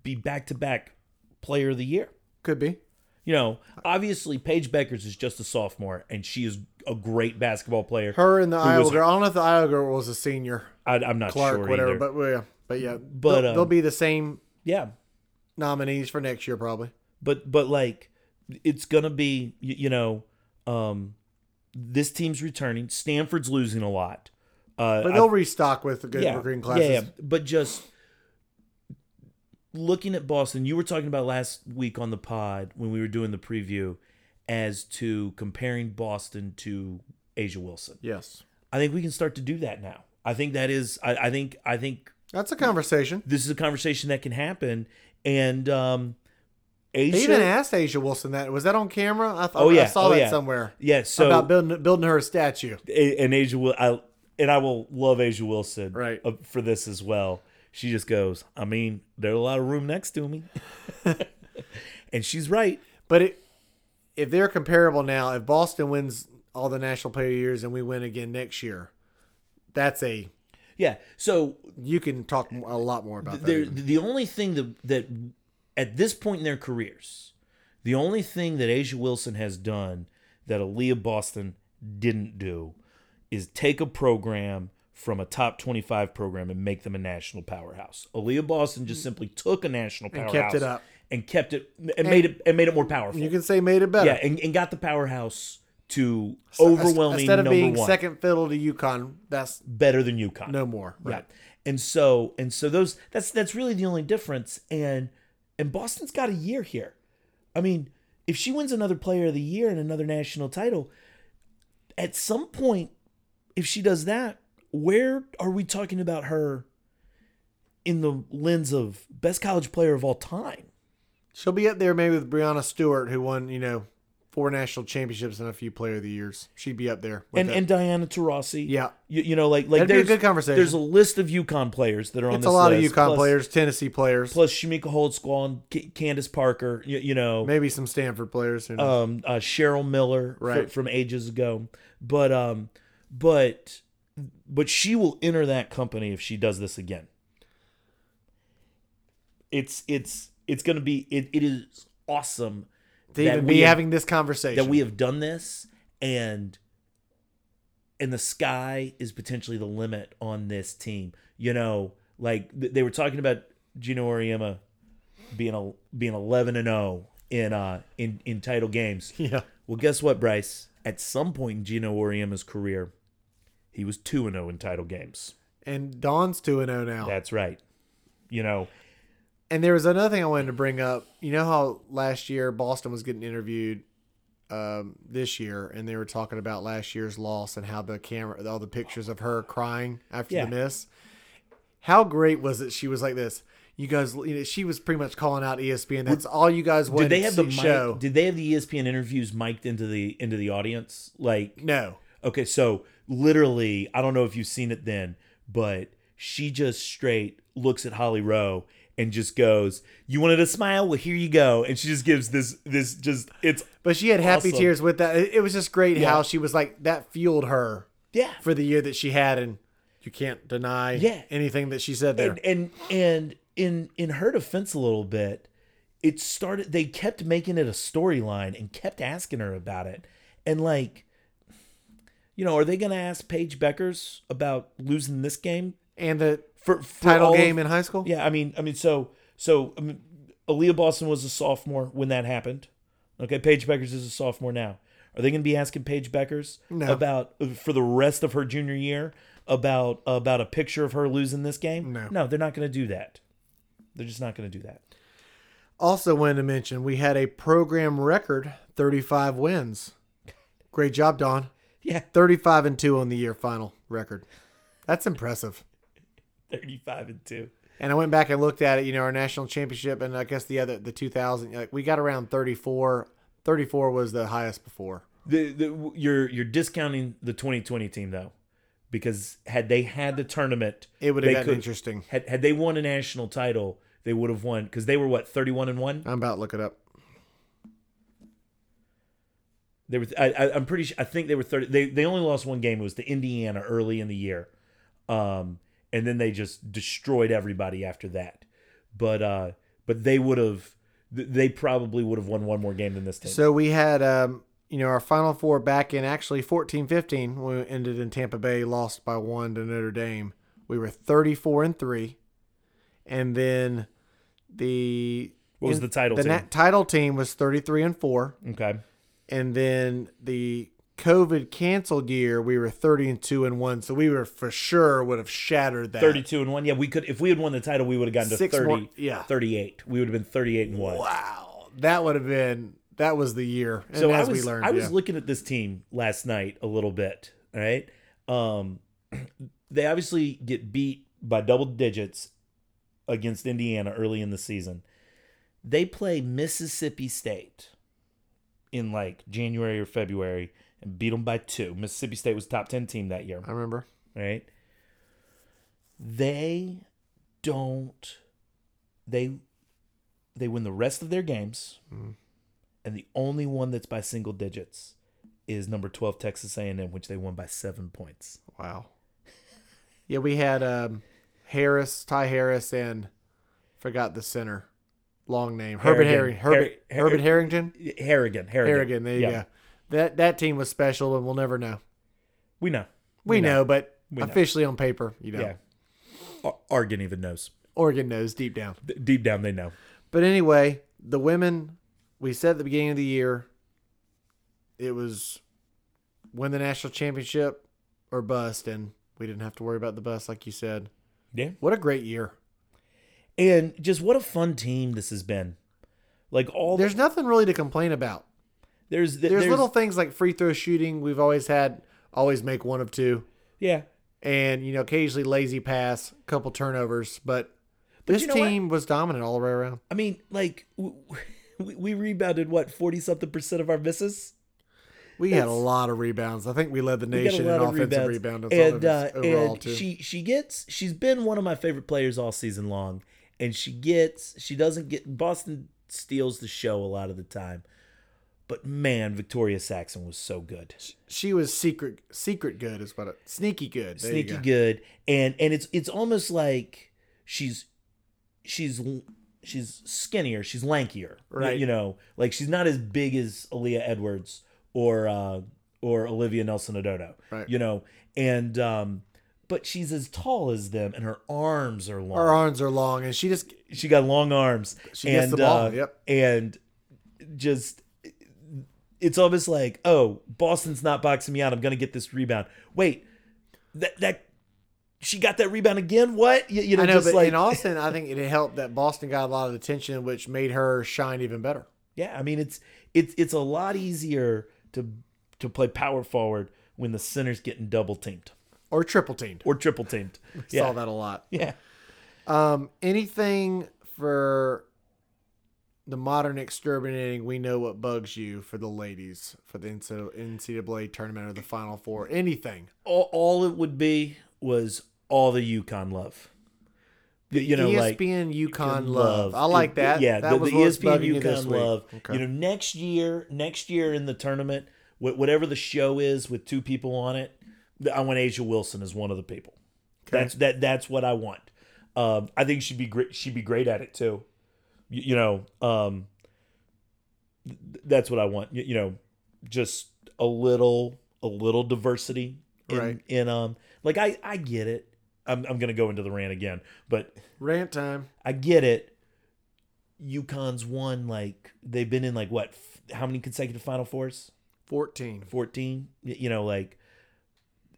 be back to back Player of the Year.
Could be.
You know, obviously Paige Beckers is just a sophomore, and she is a great basketball player.
Her and the Iowa
was-
girl. I don't know if the Iowa girl was a senior,
I, I'm not
Clark,
sure
whatever.
either.
But well, yeah, but yeah,
But,
they'll,
um,
they'll be the same
yeah,
nominees for next year probably.
but but like it's gonna be you, you know um this team's returning stanford's losing a lot uh
But
I-
they'll restock with the good
yeah,
recruiting
yeah,
classes.
yeah. but just looking at boston you were talking about last week on the pod when we were doing the preview as to comparing Boston to Asia Wilson.
Yes.
I think we can start to do that now. I think that is. I, I think. I think
That's a conversation.
this is a conversation that can happen. And um, Asia.
They even asked Asia Wilson that. Was that on camera? I thought
Oh, yeah.
I saw
Oh,
that
yeah.
somewhere.
yeah. So
about building building her a statue.
A- and Asia will I and I will love Asia Wilson
Right.
uh, for this as well. She just goes, I mean, there's a lot of room next to me. and she's right.
But it, if they're comparable now, if Boston wins all the national player years and we win again next year, that's a
Yeah. So
you can talk a lot more about
there
that.
the only thing that that at this point in their careers, the only thing that Asia Wilson has done that Aaliyah Boston didn't do is take a program from a top 25 program and make them a national powerhouse. Aaliyah Boston just simply took a national powerhouse
Mm. kept it up.
and kept it and, made it and made it more powerful.
You can say made it better.
yeah, and, and got the powerhouse to
Inst-
overwhelming
Instead of
number
being
one,
second fiddle to UConn, that's
better than UConn.
no more. Right.
Yeah. And so and so those that's that's really the only difference. And and Boston's got a year here. I mean, if she wins another player of the year and another national title, at some point, if she does that, where are we talking about her in the lens of best college player of all time?
She'll be up there maybe with Brianna Stewart, who won, you know, four national championships and a few player of the years. She'd be up there. with
And
that.
and Diana Taurasi.
Yeah.
You, you know, like like
That'd be a
there's
good conversation.
There's a list of UConn players that are on
it's
this
a lot
list,
of UConn
plus-
players, Tennessee players,
Plus Shamika Holdsquall and C- Candace Parker, you, you know.
maybe some Stanford players. Who knows?
um, uh, Cheryl Miller fr-
Right.
from ages ago. But um, but but she will enter that company if she does this again. It's it's it's gonna be it, it is awesome
to
that
even
we
be
have-
having this conversation.
that we have done this and and the sky is potentially the limit on this team. You know, like th- they were talking about Gino Oriema being a being 11 and 0 in uh in in title games.
yeah.
Well, guess what, Bryce? At some point in Gino Oriema's career, he was 2 0 in title games.
And Dawn's 2 0 now.
That's right. You know,
And there was another thing I wanted to bring up. You know how last year Boston was getting interviewed um, this year, and they were talking about last year's loss and how the camera, all the pictures of her crying after
Yeah.
the miss. How great was it? She was like this. You guys, you know, she was pretty much calling out E ESPN. That's all you guys wanted.
did they have
to
the mic,
see show?
did they have the E ESPN interviews mic'd into the into the audience? Like
no,
okay, so literally, I don't know if you've seen it then, but she just straight looks at Holly Rowe and just goes, "You wanted a smile? Well, here you go." And she just gives this this just it's
but she had happy
Awesome.
tears with that. It, it was just great
Yeah.
how she was like that fueled her
yeah.
for the year that she had, and you can't deny
Yeah.
anything that she said there.
and and and in in her defense a little bit it started they kept making it a storyline and kept asking her about it and like you know are they gonna ask paige beckers about losing this game
And the
for, for
title
all of-
game in high school.
yeah i mean i mean so so I mean, Aaliyah boston was a sophomore when that happened okay paige beckers is a sophomore now are they gonna be asking paige beckers
No.
about for the rest of her junior year about about a picture of her losing this game
No.
no they're not gonna do that they're just not gonna do that
Also, wanted to mention we had a program record 35 wins. Great job, Don.
yeah
35 and 2 on the year final record. That's impressive.
35 and 2
And I went back and looked at it, you know, our national championship and I guess the other, the 2000, like we got around 34. 34 was the highest before.
the, the you're you're discounting the 2020 team though because had they had the tournament
It would have
They
gotten
could-
interesting.
had, had they won a national title they would have won because they were what 31 and 1
I'm about to look it up.
They were. I, I, I'm pretty. Sure, I think they were thirty. They they only lost one game. It was to Indiana early in the year, um, and then they just destroyed everybody after that. But uh, but they would have. th- They probably would have won one more game than this team.
So we had, um, you know, our final four back in actually 14 15. We ended in Tampa Bay, lost by one to Notre Dame. We were 34 and three. And then the.
What was the title
The
team?
na- title team was 33 and four.
okay.
And then the COVID canceled year, we were 30 and two and one. So we were for sure would have shattered that.
Thirty-two and one. Yeah, we could. If we had won the title, we would have gotten to
Six
30,
more- yeah.
thirty-eight. We would have been thirty-eight and one.
Wow. That would have been. That was the year. And
so
as
I was
we learned,
I was
yeah.
looking at this team last night a little bit. All right, um, they obviously get beat by double digits against Indiana early in the season. They play Mississippi State in like January or February and beat them by two. Mississippi State was top ten team that year
I remember.
right? They don't they they win the rest of their games,
Mm.
and the only one that's by single digits is number twelve Texas A and M, which they won by seven points.
Wow. Yeah, we had um, Harris, Ty Harris, and forgot the center. Long name. Herbert Harry.
Harrigan.
Herbert,
Har- Har-
Herbert Harrington.
Harrigan, Harrigan,
Harrigan. There you
Yeah,
go. That that team was special, and we'll never know.
We know.
We, know, but
We know.
officially on paper, you know,
Yeah, Ar- Argan even knows.
Oregon knows deep down.
D- Deep down, they know.
But anyway, the women, we said at the beginning of the year, it was win the national championship or bust, and we didn't have to worry about the bust, like you said.
Yeah.
What a great year.
And just what a fun team this has been. Like all
There's nothing really to complain about.
there's there's,
There's, little things like free throw shooting. We've always had, always make one of two,
yeah
and you know occasionally lazy pass, couple turnovers, but. this
you know what?
team was dominant all the way around.
I mean, like w- we, we rebounded what forty something percent of our misses.
We had a lot of rebounds. I think we led the
We got a
nation in
lot of
offensive
rebounds,
rebounding
and uh,
offense overall
and
too.
she she gets she's been one of my favorite players all season long, and she gets she doesn't get Boston steals the show a lot of the time, but man, Victoria Saxon was so good,
she was secret secret good is what it sneaky good there you
sneaky
go.
good, and and it's it's almost like she's she's l- she's skinnier, she's lankier,
Right.
You know, like she's not as big as Aaliyah Edwards or uh, or Olivia Nelson Adodo,
Right.
You know, and um, but she's as tall as them, and her arms are long.
her arms are long and she just
she got long arms.
She
and,
gets the ball,
uh,
yep.
and just. It's almost like, oh, Boston's not boxing me out. I'm gonna get this rebound. Wait, that that she got that rebound again. What you, you know?
i know
just
but
like,
in austin i think it helped that boston got a lot of attention which made her shine even better
Yeah, I mean it's it's it's a lot easier to to play power forward when the center's getting double teamed
or triple teamed
or triple teamed. Yeah.
saw that a lot
Yeah.
um anything for the modern exterminating we know what bugs you for the ladies for the ncaa tournament or the final four anything
All, all it would be was all the Yukon love. The- you know,
E
like
espn yukon love. i like
The-
that
Yeah,
that
the,
was
the E
what was
ESPN
bugging you this
UConn
week.
love.
Okay.
You know, next year, next year in the tournament, wh- whatever the show is with two people on it, th- I want Asia Wilson as one of the people. That's that. That's what I want. Um, I think she'd be great. She'd be great at it too. You, you know, um, th- that's what I want. You, you know, just a little, a little diversity. In,
Right.
In um, like I, I get it. I'm, I'm gonna go into the rant again, but
rant time
I get it. UConn's won like they've been in like what? F- how many consecutive Final Fours?
14.
Fourteen. You know, like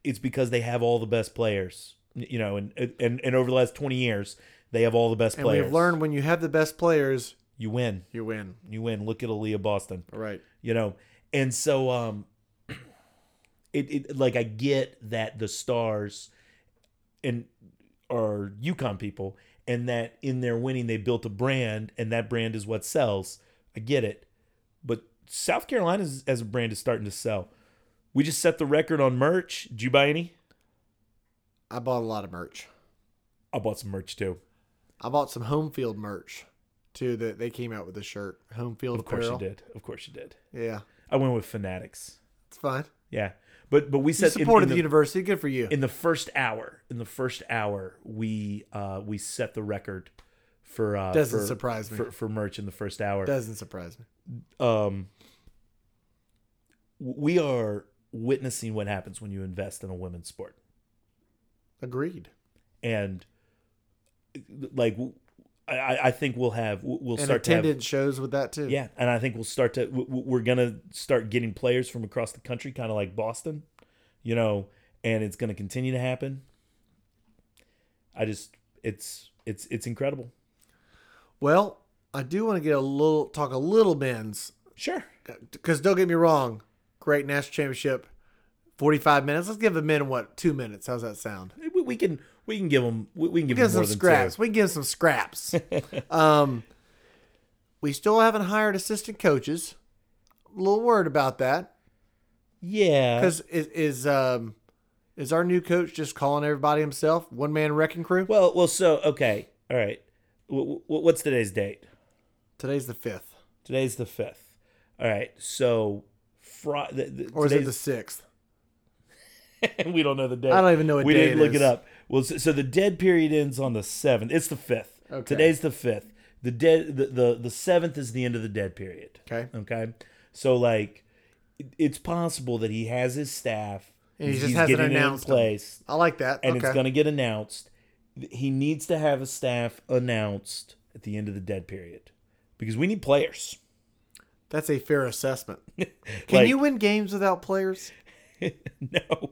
it's because they have all the best players. y- You know, and and and over the last twenty years, they have all the best
And
players.
we've learned when you have the best players,
you win.
you win.
You win. Look at Aaliyah Boston.
All right.
You know, and so um, it, it like I get that the stars and are Yukon people and that in their winning they built a brand and that brand is what sells. I get it. But South Carolina is, as a brand is starting to sell. We just set the record on merch. Did you buy any?
I bought a lot of merch.
I bought some merch too.
I bought some home field merch too that they came out with the shirt. Home field
Of course
apparel.
you did. Of course you did.
Yeah.
I went with Fanatics.
It's fine.
Yeah. But but we
You
set in- in
supported the,
the-
university. Good for you.
in the first hour in the first hour we uh we set the record for uh
Doesn't
for-
surprise me.
for, for merch in the first hour
Doesn't surprise me.
um we are witnessing what happens when you invest in a women's sport
Agreed.
and like i i I think we'll have we'll
And
start to have,
attendance shows with that too.
yeah and i think we'll start to w- w- we're gonna start getting players from across the country kind of like boston you know and it's gonna continue to happen i just it's it's it's incredible
Well, I do want to get a little talk a little men's
Sure.
Because don't get me wrong, great national championship. Forty-five minutes. Let's give the men what two minutes? How's that sound?
We, we can we can give them we, we can give them
Give us
more
some
than
scraps.
two.
We can give us some scraps. um, we still haven't hired assistant coaches. A little worried about that
Yeah.
because is, is um is our new coach just calling everybody himself? One man wrecking crew.
Well, well, so okay, all right. W- w- what's today's date?
Today's the fifth,
Today's the fifth. All right, so Friday, the,
or is it the
today's-
sixth?
we don't know the date.
I don't even know what
we
day
didn't
it
look it
is.
up. Well, so, so the dead period ends on the seventh. It's the fifth.
Okay.
Today's the fifth. The dead the the the seventh is the end of the dead period.
Okay,
Okay, so like, it- it's possible that he has his staff.
And he
he's-
just
he's
hasn't
getting it
announced
in
'em.
place.
I like that.
and
okay.
it's going to get announced. He needs to have a staff announced at the end of the dead period because we need players.
That's a fair assessment. Can
Like-
you win games without players?
no.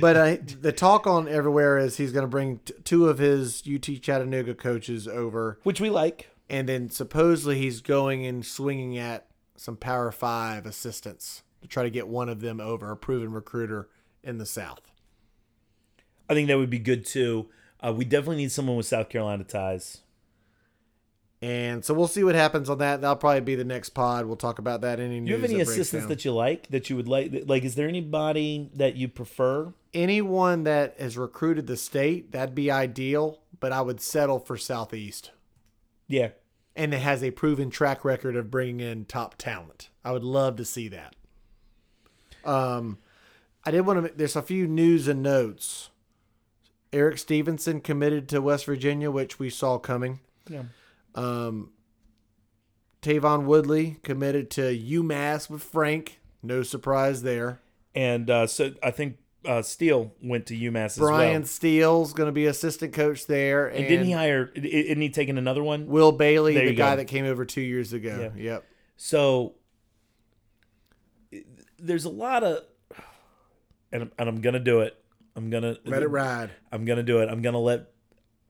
But I, the talk on everywhere is he's going to bring t- two of his UT Chattanooga coaches over,
Which we like.
and then supposedly he's going and swinging at some Power Five assistants to try to get one of them over, a proven recruiter in the South.
I think that would be good too. Uh, we definitely need someone with South Carolina ties.
And so we'll see what happens on that. That'll probably be the next pod. We'll talk about that. Any news?
Do you have any
that breaks
assistants
down.
that you like that you would like? that- Like, is there anybody that you prefer?
anyone that has recruited the state? That'd be ideal, but I would settle for Southeast.
Yeah.
and it has a proven track record of bringing in top talent. I would love to see that. Um, I did want to. There's a few news and notes. Eric Stevenson committed to West Virginia, which we saw coming.
Yeah.
Um, Tavon Woodley committed to UMass with Frank. No surprise there.
And uh, so I think uh, Steele went to UMass as
Brian
well.
Steele's going to be assistant coach there, and,
And didn't he hire? i- i- Isn't he taking another one?
Will Bailey,
There
the
you
guy
go.
that came over two years ago. Yep.
So there's a lot of, and I'm, and I'm gonna do it. I'm gonna
Let it ride.
I'm gonna do it. I'm gonna let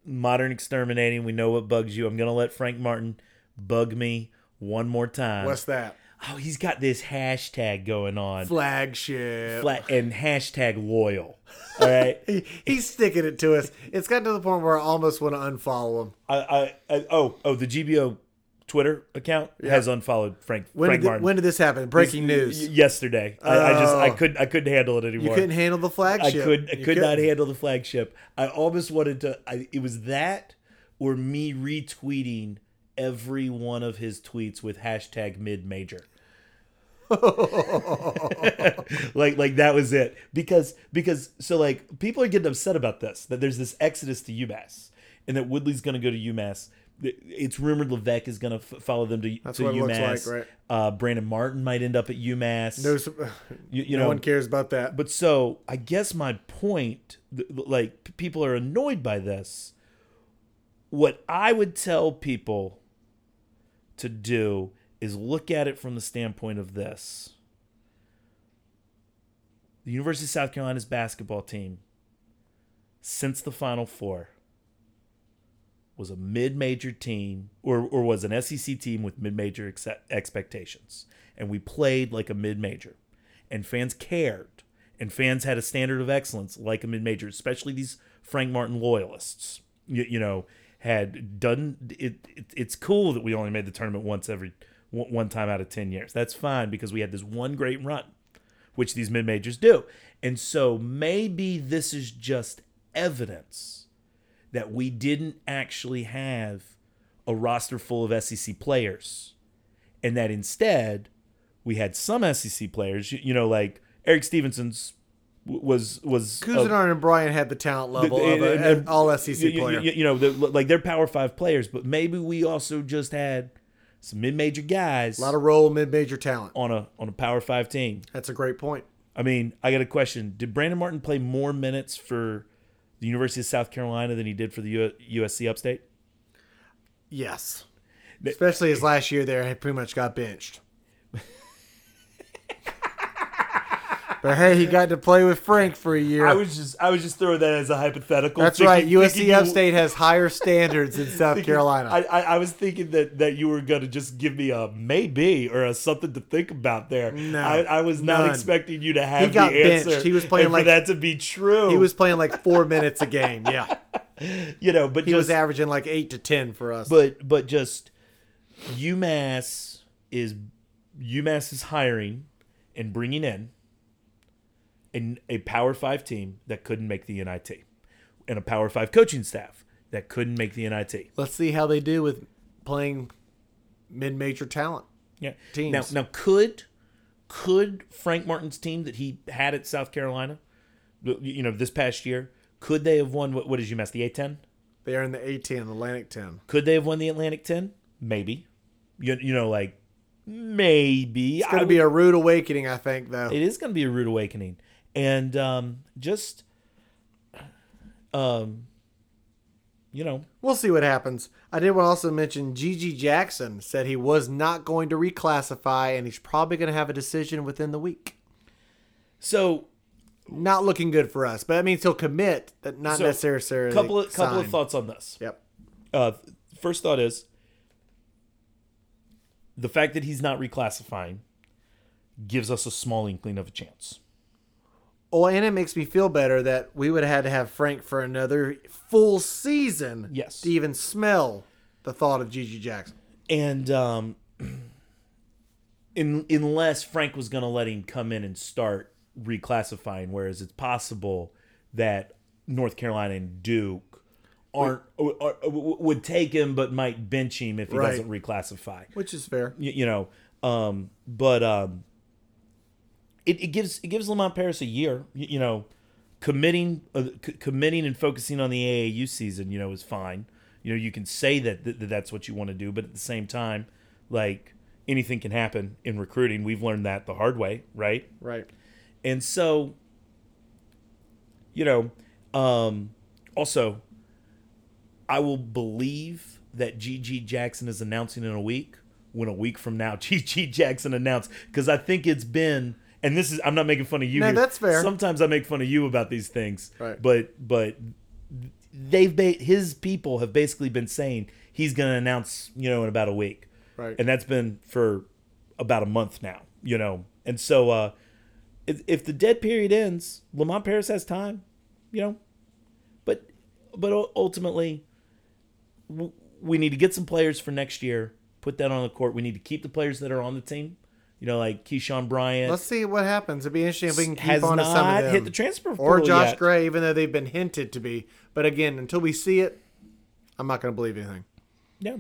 modern exterminating. We know what bugs you. I'm gonna let Frank Martin bug me one more time.
What's that?
Oh, he's got this hashtag going on,
Flagship.
flat and hashtag loyal. All right.
He- He's sticking it to us. It's gotten to the point where I almost want to unfollow him.
I, I, I oh oh the GBO Twitter account has unfollowed Frank
When,
Frank
did, thi-
Martin.
when did this happen? Breaking
Y-
news.
yesterday. I, I just I
Oh.
couldn't I couldn't handle it anymore.
You couldn't handle the
I
flagship.
could I
You
could not
couldn't.
handle the flagship. I almost wanted to. I, it was that or me retweeting every one of his tweets with hashtag mid major. like like that was it because because so like people are getting upset about this that there's this exodus to UMass and that Woodley's going to go to UMass. It's rumored Levesque is going to f- follow them to, to
what it looks
UMass.
like, right?
uh, Brandon Martin might end up at UMass.
No, s-
you, you
no
know,
one cares about that.
but so I guess my point, th- like p- people are annoyed by this. What I would tell people to do is look at it from the standpoint of this. The University of South Carolina's basketball team, since the Final Four, was a mid-major team or, or was an SEC team with mid-major ex- expectations. And we played like a mid-major. And fans cared. And fans had a standard of excellence like a mid-major, especially these Frank Martin loyalists. You, you know, had done it, it. It's cool that we only made the tournament once every one one time out of 10 years. That's fine because we had this one great run which these mid majors do. And so maybe this is just evidence that we didn't actually have a roster full of SEC players, and that instead we had some SEC players. You, you know, like Eric Stevenson's w- was was a-
Cousinar and Brian had the talent level of a-
uh, and-
an
and-
all SEC
you, you-
player.
You, you know, they're- like they're Power Five players, but maybe we also just had some mid major guys
a lot of role mid-major talent.
on a on a Power Five team.
That's a great point.
I mean, I got a question. Did Brandon Martin play more minutes for the University of South Carolina than he did for the U- USC Upstate?
Yes. Especially his last year there, he pretty much got benched. But hey, he got to play with Frank for a year.
I was just I was just throwing that as a hypothetical.
That's
thinking-
right. USC
thinking you-
Upstate has higher standards in South
thinking-
Carolina.
I, I, I was thinking that, that you were gonna just give me a maybe or a something to think about there.
No,
I, I was not
none.
expecting you to have
got
the
benched.
answer.
He was playing
and
like-
for that to be true.
he was playing like four minutes a game. Yeah,
you know, but
he
just,
was averaging like eight to ten for us.
but but just UMass is UMass is hiring and bringing in an, a Power Five team that couldn't make the NIT and a Power Five coaching staff that couldn't make the NIT.
Let's see how they do with playing mid-major talent.
Yeah.
teams.
Now, now could could Frank Martin's team that he had at South Carolina, you- you know, this past year, could they have won? What, what is UMass? The A10?
They are in the A10, Atlantic 10.
Could they have won the Atlantic 10? Maybe. You, you know, like maybe.
It's going to be a rude awakening, I think, though.
it is going to be a rude awakening, and um, just, um, you know,
We'll see what happens. I did want to also mention Gigi Jackson said he was not going to reclassify, and he's probably going to have a decision within the week.
so
Not looking good for us, but that means he'll commit, but not
So,
necessarily.
couple of, couple of
sign.
thoughts on this.
Yep.
uh, first thought is the fact that he's not reclassifying gives us a small inkling of a chance.
Oh, and it makes me feel better that we would have had to have Frank for another full season
Yes.
to even smell the thought of Gigi Jackson.
And um, in, unless Frank was going to let him come in and start reclassifying, whereas it's possible that North Carolina and Duke aren't or, or, would take him but might bench him if he
Right.
doesn't reclassify.
Which is fair.
you, you know um but um it, it gives it gives Lamont Paris a year you, you know committing uh, c- committing and focusing on the AAU season you know is fine you know you can say that, that that that's what you want to do but at the same time like anything can happen in recruiting we've learned that the hard way right
Right.
and so, you know, um, also, I will believe that GG Jackson is announcing in a week when a week from now GG Jackson announced because I think it's been and this is I'm not making fun of you.
No,
here.
that's fair.
Sometimes I make fun of you about these things,
Right.
but but they've ba- his people have basically been saying he's going to announce you know in about a week,
Right.
And that's been for about a month now, you know. And so uh, if, if the dead period ends, Lamont Paris has time, you know. But but ul- ultimately, w- we need to get some players for next year. Put that on the court. We need to keep the players that are on the team. You know, like Keyshawn Bryant
Let's see what happens. It'd be interesting if we can keep
has
on
not
to some of them.
hit the transfer portal
or Josh
yet.
Gray, even though they've been hinted to be. But again, until we see it, I'm not going to believe anything.
Yeah,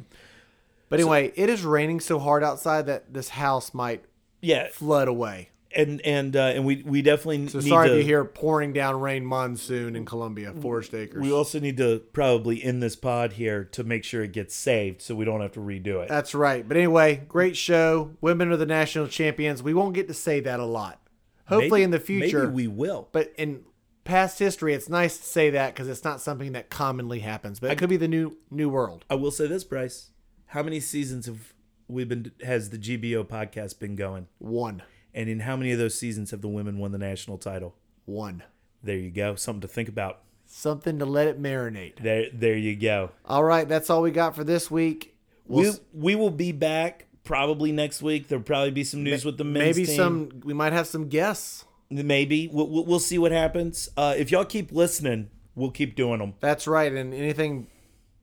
But anyway, it is raining so hard outside that this house might
yeah,
flood away.
and and uh, and we we definitely
So
need
sorry
to.
if you hear pouring down rain monsoon in Columbia, Forest Acres.
we also need to probably end this pod here to make sure it gets saved, so we don't have to redo it.
That's right. But anyway, great show. Women are the national champions. We won't get to say that a lot. Hopefully
Maybe-
in the future.
maybe we will.
but in past history, it's nice to say that because it's not something that commonly happens. But it could be the new new world.
I will say this, Bryce. How many seasons have we been? Has the GBO podcast been going?
One.
And in how many of those seasons have the women won the national title?
One.
There you go. Something to think about.
Something to let it marinate.
There, there you go.
All right, that's all we got for this week. We'll
We
s-
we will be back probably next week. There'll probably be some news with the men's
maybe
team.
some we might have some guests.
maybe we'll, we'll we'll see what happens. Uh, if y'all keep listening, we'll keep doing them.
That's right. And anything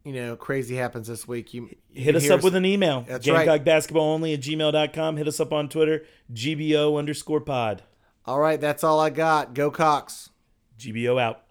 you know crazy happens this week, you, you
Hit
can
us
hear
up with an email.
That's right.
GamecockBasketballOnly at gmail.com. Hit us up on Twitter, GBO underscore pod.
All right, that's all I got. Go Cox.
GBO out.